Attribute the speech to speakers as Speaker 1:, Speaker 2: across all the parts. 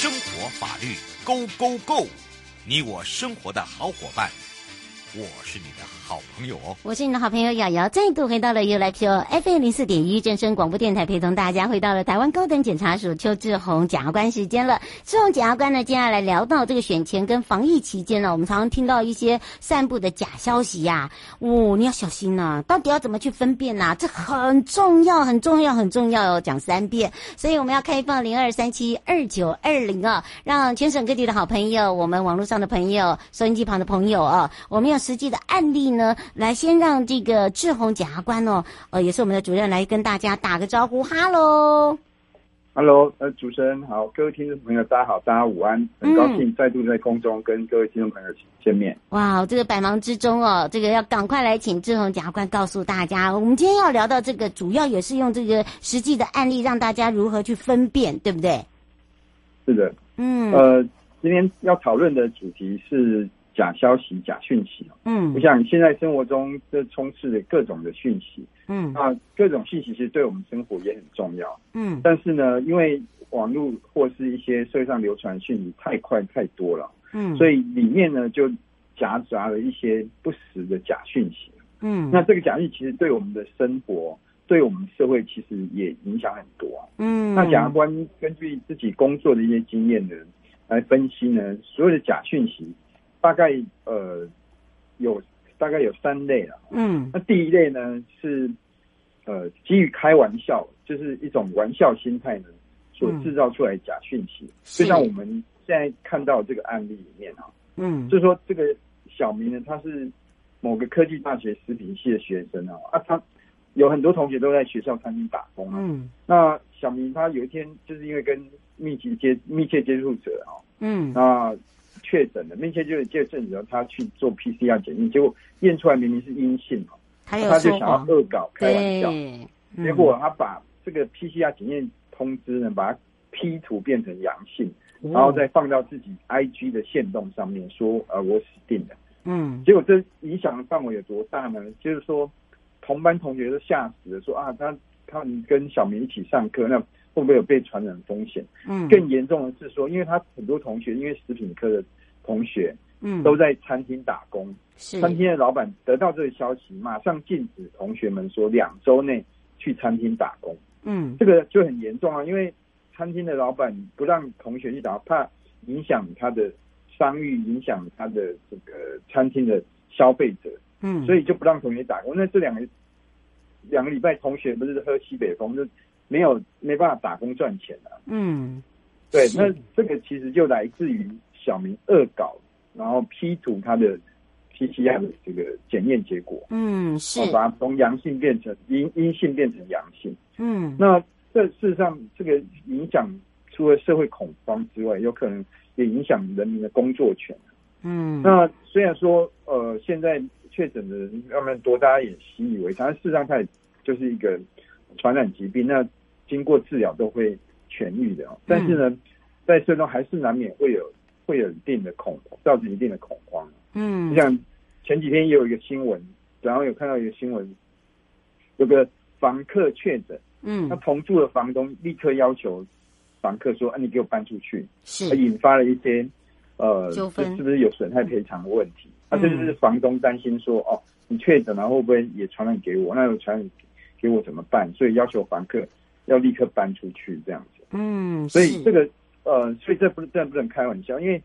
Speaker 1: 生活法律 Go Go Go，你我生活的好伙伴，我是你的好朋友哦。
Speaker 2: 我是你的好朋友瑶瑶，再度回到了 U Life Show FM 零四点一正声广播电台，陪同大家回到了台湾高等检察署邱志宏检察官时间了。志宏检察官呢，接下来聊到这个选前跟防疫期间呢，我们常常听到一些散布的假消息呀、哦，你要小心呐、到底要怎么去分辨啊呐、这很重要，很重要，很重要哦，讲三遍。所以我们要开放零二三七二九二零哦，让全省各地的好朋友，我们网络上的朋友，收音机旁的朋友哦，我们用实际的案例呢，来先让这个志宏检察官哦，呃，也是我们的主任来跟大家打个招呼，哈喽。
Speaker 3: Hello，呃，主持人好，各位听众朋友，大家好，大家午安，很高
Speaker 2: 嗯
Speaker 3: 兴再度在空中跟各位听众朋友见面。
Speaker 2: 哇，这个百忙之中哦，这个要赶快来请志宏检察官告诉大家，我们今天要聊到这个，主要也是用这个实际的案例，让大家如何去分辨，对不对？
Speaker 3: 是的，
Speaker 2: 嗯
Speaker 3: 呃，今天要讨论的主题是假消息、假讯息哦。
Speaker 2: 嗯
Speaker 3: 我想现在生活中这充斥着各种的讯息，
Speaker 2: 嗯
Speaker 3: 那各种讯息其实对我们生活也很重要。
Speaker 2: 嗯
Speaker 3: 但是呢，因为网络或是一些社会上流传讯息太快太多了，
Speaker 2: 嗯，
Speaker 3: 所
Speaker 2: 以
Speaker 3: 以里面呢就夹杂了一些不实的假讯息。
Speaker 2: 嗯
Speaker 3: 那这个假讯其实对我们的生活、对我们社会其实也影响很多啊。
Speaker 2: 嗯，
Speaker 3: 那检察官根据自己工作的一些经验呢，来分析呢，所有的假讯息大概呃有大概有三类啊。
Speaker 2: 嗯
Speaker 3: 那第一类呢是呃基于开玩笑，就是一种玩笑心态呢所制造出来的假讯息，
Speaker 2: 嗯是
Speaker 3: 就像我们现在看到这个案例里面啊，
Speaker 2: 嗯
Speaker 3: 就是说这个小明呢，他是某个科技大学食品系的学生啊，啊，他有很多同学都在学校餐厅打工啊。
Speaker 2: 嗯
Speaker 3: 那小明他有一天就是因为跟密集接密切接触者啊，
Speaker 2: 嗯
Speaker 3: 那确诊了，密切接触接触者他去做 PCR 检疫，结果验出来明明是阴性啊，
Speaker 2: 还有
Speaker 3: 他就
Speaker 2: 说
Speaker 3: 想要
Speaker 2: 谎，
Speaker 3: 恶搞开玩笑，
Speaker 2: 对，嗯
Speaker 3: 结果他把这个 PCR 检验通知呢，把它 P 图变成阳性，然后再放到自己 IG 的线动上面说，呃，我死定了。
Speaker 2: 嗯
Speaker 3: 结果这影响的范围有多大呢？就是说，同班同学都吓死了，说啊，他他们跟小明一起上课，那会不会有被传染风险？
Speaker 2: 嗯
Speaker 3: 更严重的是说，因为他很多同学，因为食品科的同学
Speaker 2: 嗯
Speaker 3: 都在餐厅打工，
Speaker 2: 是
Speaker 3: 餐厅的老板得到这个消息，马上禁止同学们说两周内去餐厅打工，
Speaker 2: 嗯
Speaker 3: 这个就很严重啊，因为餐厅的老板不让同学去打，怕影响他的商誉，影响他的这个餐厅的消费者。
Speaker 2: 嗯，
Speaker 3: 所
Speaker 2: 以
Speaker 3: 以就不让同学打工。那这两个两个礼拜，同学不是喝西北风，就没有没办法打工赚钱了、
Speaker 2: 嗯
Speaker 3: 对，
Speaker 2: 是
Speaker 3: 那这个其实就来自于小明恶搞，然后 P 图他的 PCR 的这个检验结果，
Speaker 2: 嗯是
Speaker 3: 然后把它从阳性变成阴阴性变成阳性。
Speaker 2: 嗯
Speaker 3: 那这事实上，这个影响除了社会恐慌之外，有可能也影响人民的工作权。
Speaker 2: 嗯
Speaker 3: 那虽然说呃，现在确诊的人慢慢多，大家也习以为常，但事实上它也就是一个传染疾病，那经过治疗都会痊愈的、哦。但是
Speaker 2: 嗯
Speaker 3: 呢，在最终还是难免会有会有一定的恐慌，造成一定的恐慌。
Speaker 2: 嗯
Speaker 3: 你像前几天也有一个新闻，然后有看到一个新闻，有个房客确诊，那
Speaker 2: 嗯
Speaker 3: 同住的房东立刻要求房客说：“啊，你给我搬出去。”
Speaker 2: 是
Speaker 3: 而引发了一些呃
Speaker 2: 纠
Speaker 3: 这
Speaker 2: 纷
Speaker 3: 是不是有损害赔偿的问题？那、
Speaker 2: 嗯
Speaker 3: 这就是房东担心说，哦，你确诊了会不会也传染给我？那有传染给我怎么办？所以要求房客要立刻搬出去这样子。
Speaker 2: 嗯
Speaker 3: 所以
Speaker 2: 是
Speaker 3: 这个呃，所以这不这不能开玩笑，因为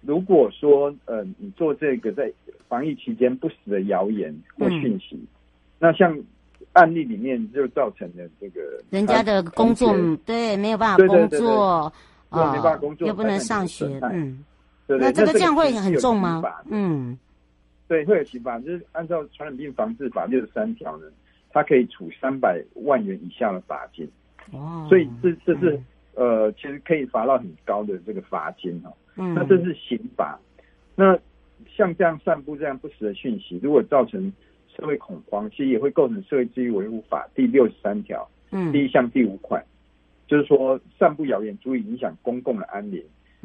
Speaker 3: 如果说呃你做这个在防疫期间不实的谣言或
Speaker 2: 嗯
Speaker 3: 讯息，那像案例里面就造成了这个啊
Speaker 2: 人家的
Speaker 3: 他
Speaker 2: 工作
Speaker 3: 同学
Speaker 2: 对没有办法
Speaker 3: 对
Speaker 2: 工
Speaker 3: 对对
Speaker 2: 作，
Speaker 3: 对
Speaker 2: 啊，
Speaker 3: 没办法工作
Speaker 2: 又不能上学
Speaker 3: 才，能
Speaker 2: 嗯，
Speaker 3: 对对
Speaker 2: 那这个这样会
Speaker 3: 是
Speaker 2: 很
Speaker 3: 有
Speaker 2: 重
Speaker 3: 刑
Speaker 2: 吗
Speaker 3: 法的？
Speaker 2: 嗯
Speaker 3: 对，会有刑法，就是按照《传染病防治法》六十三条呢，他可以处三百万元以下的罚金，
Speaker 2: 哇，
Speaker 3: 所以这这是
Speaker 2: 嗯
Speaker 3: 呃，其实可以罚到很高的这个罚金哈、
Speaker 2: 嗯，
Speaker 3: 那这是刑罚。那像这样散布这样不实的讯息，如果造成社会恐慌，其实也会构成社会秩序维护法第六十三条
Speaker 2: 嗯
Speaker 3: 第一项第五款，就是说散布谣言足以影响公共的安宁，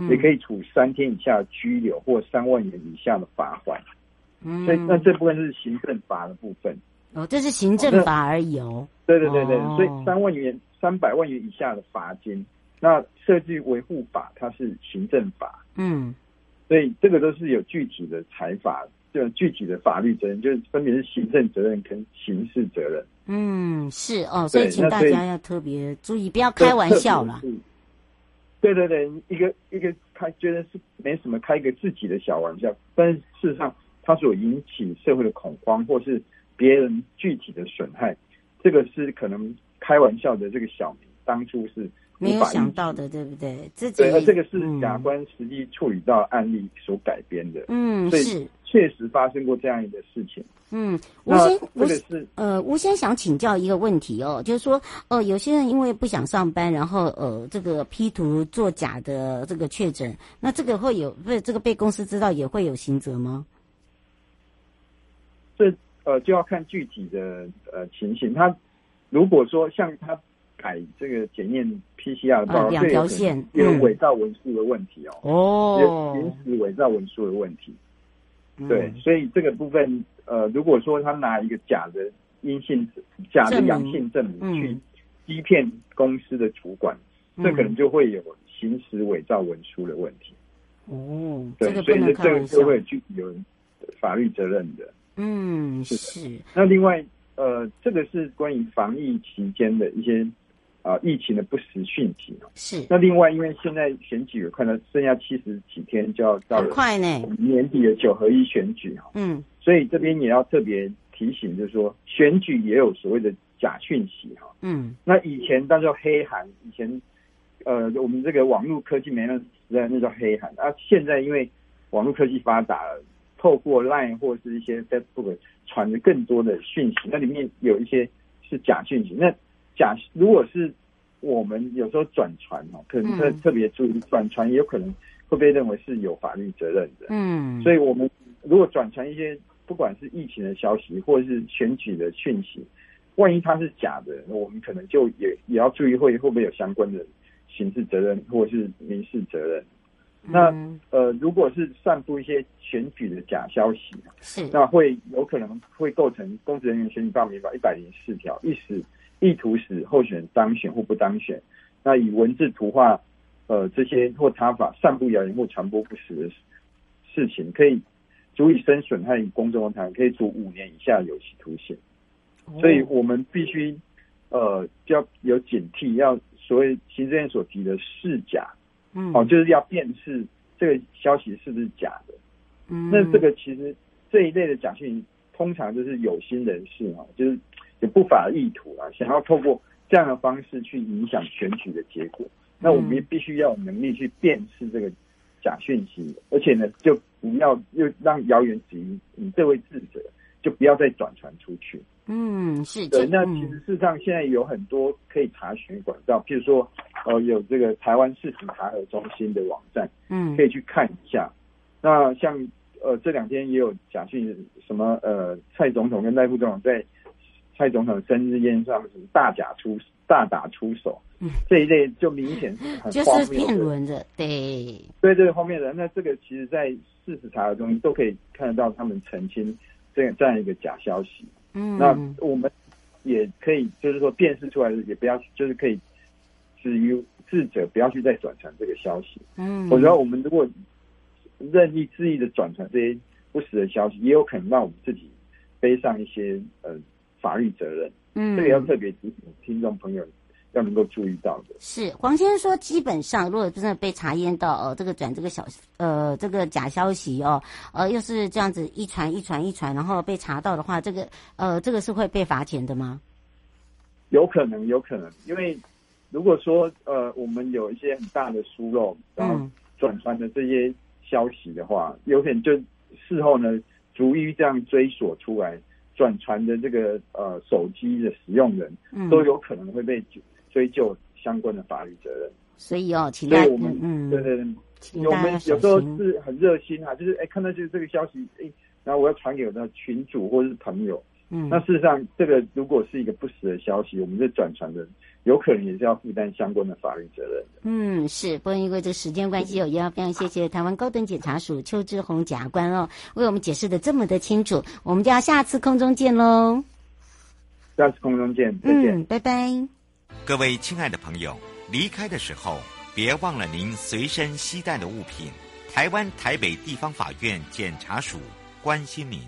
Speaker 3: 也可
Speaker 2: 以，
Speaker 3: 以处三天以下的拘留或三万元以下的罚款。
Speaker 2: 嗯
Speaker 3: 所以那这部分是行政罚的部分。
Speaker 2: 哦，这是行政法而已哦，
Speaker 3: 对对对对，
Speaker 2: 哦
Speaker 3: 所以三万元、三百万元以下的罚金，那设计维护法它是行政法，
Speaker 2: 嗯
Speaker 3: 所以这个都是有具体的裁罚，就具体的法律责任，就是分别是行政责任跟刑事责任。
Speaker 2: 嗯，是哦，所以
Speaker 3: 对
Speaker 2: 请
Speaker 3: 那
Speaker 2: 大
Speaker 3: 所以
Speaker 2: 家要特别注意，不要开玩笑啦
Speaker 3: 特。别是。对对对，一个一个开觉得是没什么，开一个自己的小玩笑，但是事实上它所引起社会的恐慌，或是别人具体的损害，这个是可能开玩笑的这个小民当初是无
Speaker 2: 没有
Speaker 3: 法
Speaker 2: 想
Speaker 3: 预期
Speaker 2: 到。的，对不对？自己
Speaker 3: 对，而这个是法
Speaker 2: 嗯
Speaker 3: 官实际处理到的案例所改编的，
Speaker 2: 嗯
Speaker 3: 所
Speaker 2: 是
Speaker 3: 以确实发生过这样一个事情。
Speaker 2: 嗯，吴
Speaker 3: 那
Speaker 2: 先
Speaker 3: 这
Speaker 2: 吴
Speaker 3: 个是
Speaker 2: 呃，吴先想请教一个问题哦，就是说，呃，有些人因为不想上班，然后呃，这个 P 图作假的这个确诊，那这个会有被这个被公司知道也会有刑责吗？
Speaker 3: 这呃就要看具体的呃情形。他如果说像他改这个检验 PCR
Speaker 2: 啊
Speaker 3: 的报告，
Speaker 2: 两
Speaker 3: 这
Speaker 2: 条
Speaker 3: 有可能
Speaker 2: 线
Speaker 3: 有
Speaker 2: 嗯
Speaker 3: 伪造文书的问题哦，
Speaker 2: 哦
Speaker 3: 有，临时伪造文书的问题。
Speaker 2: 嗯
Speaker 3: 对，所以这个部分呃，如果说他拿一个假的阴性、假的
Speaker 2: 证明
Speaker 3: 阳性证明去
Speaker 2: 嗯
Speaker 3: 欺骗公司的主管，这可能就会有行使伪造文书的问题。
Speaker 2: 哦，这个，
Speaker 3: 对
Speaker 2: 不
Speaker 3: 所以
Speaker 2: 能
Speaker 3: 这
Speaker 2: 开
Speaker 3: 这个
Speaker 2: 玩笑
Speaker 3: 就。会有具体有法律责任的。
Speaker 2: 嗯，是，
Speaker 3: 那另外，呃，这个是关于防疫期间的一些啊、呃疫情的不实讯息。
Speaker 2: 是，
Speaker 3: 那另外，因为现在选举也快到，剩下七十几天就要到
Speaker 2: 很
Speaker 3: 了
Speaker 2: 快呢
Speaker 3: 我。们年底的九合一选举哈，
Speaker 2: 嗯
Speaker 3: 所以这边也要特别提醒，就是说选举也有所谓的假讯息哈。
Speaker 2: 嗯
Speaker 3: 那以前那叫黑函，以前呃我们这个网络科技没那时代那叫黑函，啊现在因为网络科技发达了，透过 Line 或是一些 Facebook 传的更多的讯息，那里面有一些是假讯息。那假如果是我们有时候转传哦，可能特
Speaker 2: 嗯
Speaker 3: 特别注意转传，也有可能会被认为是有法律责任的。
Speaker 2: 嗯，
Speaker 3: 所
Speaker 2: 以
Speaker 3: 以我们如果转传一些不管是疫情的消息或者是选举的讯息，万一它是假的，我们可能就也也要注意会会不会有相关的刑事责任或者是民事责任。
Speaker 2: 嗯
Speaker 3: 那呃，如果是散布一些选举的假消息，
Speaker 2: 是，
Speaker 3: 那会有可能会构成公职人员选举罢免法一百零四条，意使意图使候选人当选或不当选，那以文字、图画，呃这些或他法散布谣言或传播不实的事情，可以足以生损害公众安全，可以处五年以下有期徒刑。
Speaker 2: 哦
Speaker 3: 所以我们必须呃就要有警惕，要所谓行政院所提的是假，
Speaker 2: 嗯，
Speaker 3: 哦，就是要辨识这个消息是不是假的。
Speaker 2: 嗯，
Speaker 3: 那这个其实这一类的假讯息通常就是有心人士啊，就是有不法的意图啊，想要透过这样的方式去影响选举的结果。那我
Speaker 2: 嗯
Speaker 3: 们也必须要有能力去辨识这个假讯息，而且呢，就不要又让谣言止于你这位智者，就不要再转传出去。
Speaker 2: 嗯是，
Speaker 3: 对，
Speaker 2: 这
Speaker 3: 那
Speaker 2: 嗯
Speaker 3: 其实事实上现在有很多可以查询管道，譬如说，呃，有这个台湾事情查核中心的网站，
Speaker 2: 嗯
Speaker 3: 可以去看一下。那像呃这两天也有假讯什么呃蔡总统跟赖副总统在蔡总统生日宴上什么大假出大打出手，
Speaker 2: 嗯
Speaker 3: 这一类就明显是很
Speaker 2: 就
Speaker 3: 荒
Speaker 2: 是
Speaker 3: 谬
Speaker 2: 骗
Speaker 3: 的。
Speaker 2: 轮的，对，
Speaker 3: 对这个方面的，那这个其实在事实查核中都可以看得到他们澄清这这样一个假消息。
Speaker 2: 嗯，
Speaker 3: 那我们也可以就是说辨识出来的，也不要就是可以至于智者不要去再转传这个消息。
Speaker 2: 嗯，
Speaker 3: 我觉得我们如果任意恣意的转传这些不实的消息，也有可能让我们自己背上一些呃法律责任。
Speaker 2: 嗯，
Speaker 3: 这个要特别提醒听众朋友要能够注意到的。
Speaker 2: 是黄先生说，基本上如果真的被查验到哦，这个转这个小呃这个假消息哦，呃又是这样子一传一传一传，然后被查到的话，这个呃这个是会被罚钱的吗？
Speaker 3: 有可能，有可能，因为如果说呃我们有一些很大的疏漏，然后
Speaker 2: 嗯
Speaker 3: 转传的这些消息的话，有可能就事后呢逐一这样追索出来，转传的这个呃手机的使用人，
Speaker 2: 嗯，
Speaker 3: 都有可能会被追究相关的法律责任。
Speaker 2: 所以哦，请
Speaker 3: 所
Speaker 2: 大
Speaker 3: 以
Speaker 2: 家
Speaker 3: 我们
Speaker 2: 嗯，
Speaker 3: 对对对，
Speaker 2: 请
Speaker 3: 有
Speaker 2: 大
Speaker 3: 没
Speaker 2: 家小
Speaker 3: 有时候
Speaker 2: 心，
Speaker 3: 是很热心啊，就是哎看到就是这个消息，哎，然后我要传给我的群主或是朋友。
Speaker 2: 嗯
Speaker 3: 那事实上，这个如果是一个不实的消息，我们这转传的有可能也是要负担相关的法律责任的。
Speaker 2: 嗯，是，不过因为这时间关系哦，也要非常谢谢台湾高等检察署邱志宏检察官哦，为我们解释的这么的清楚，我们就要下次空中见喽。
Speaker 3: 下次空中见，再见。
Speaker 2: 嗯，拜拜。
Speaker 1: 各位亲爱的朋友，离开的时候别忘了您随身携带的物品。台湾台北地方法院检察署关心您。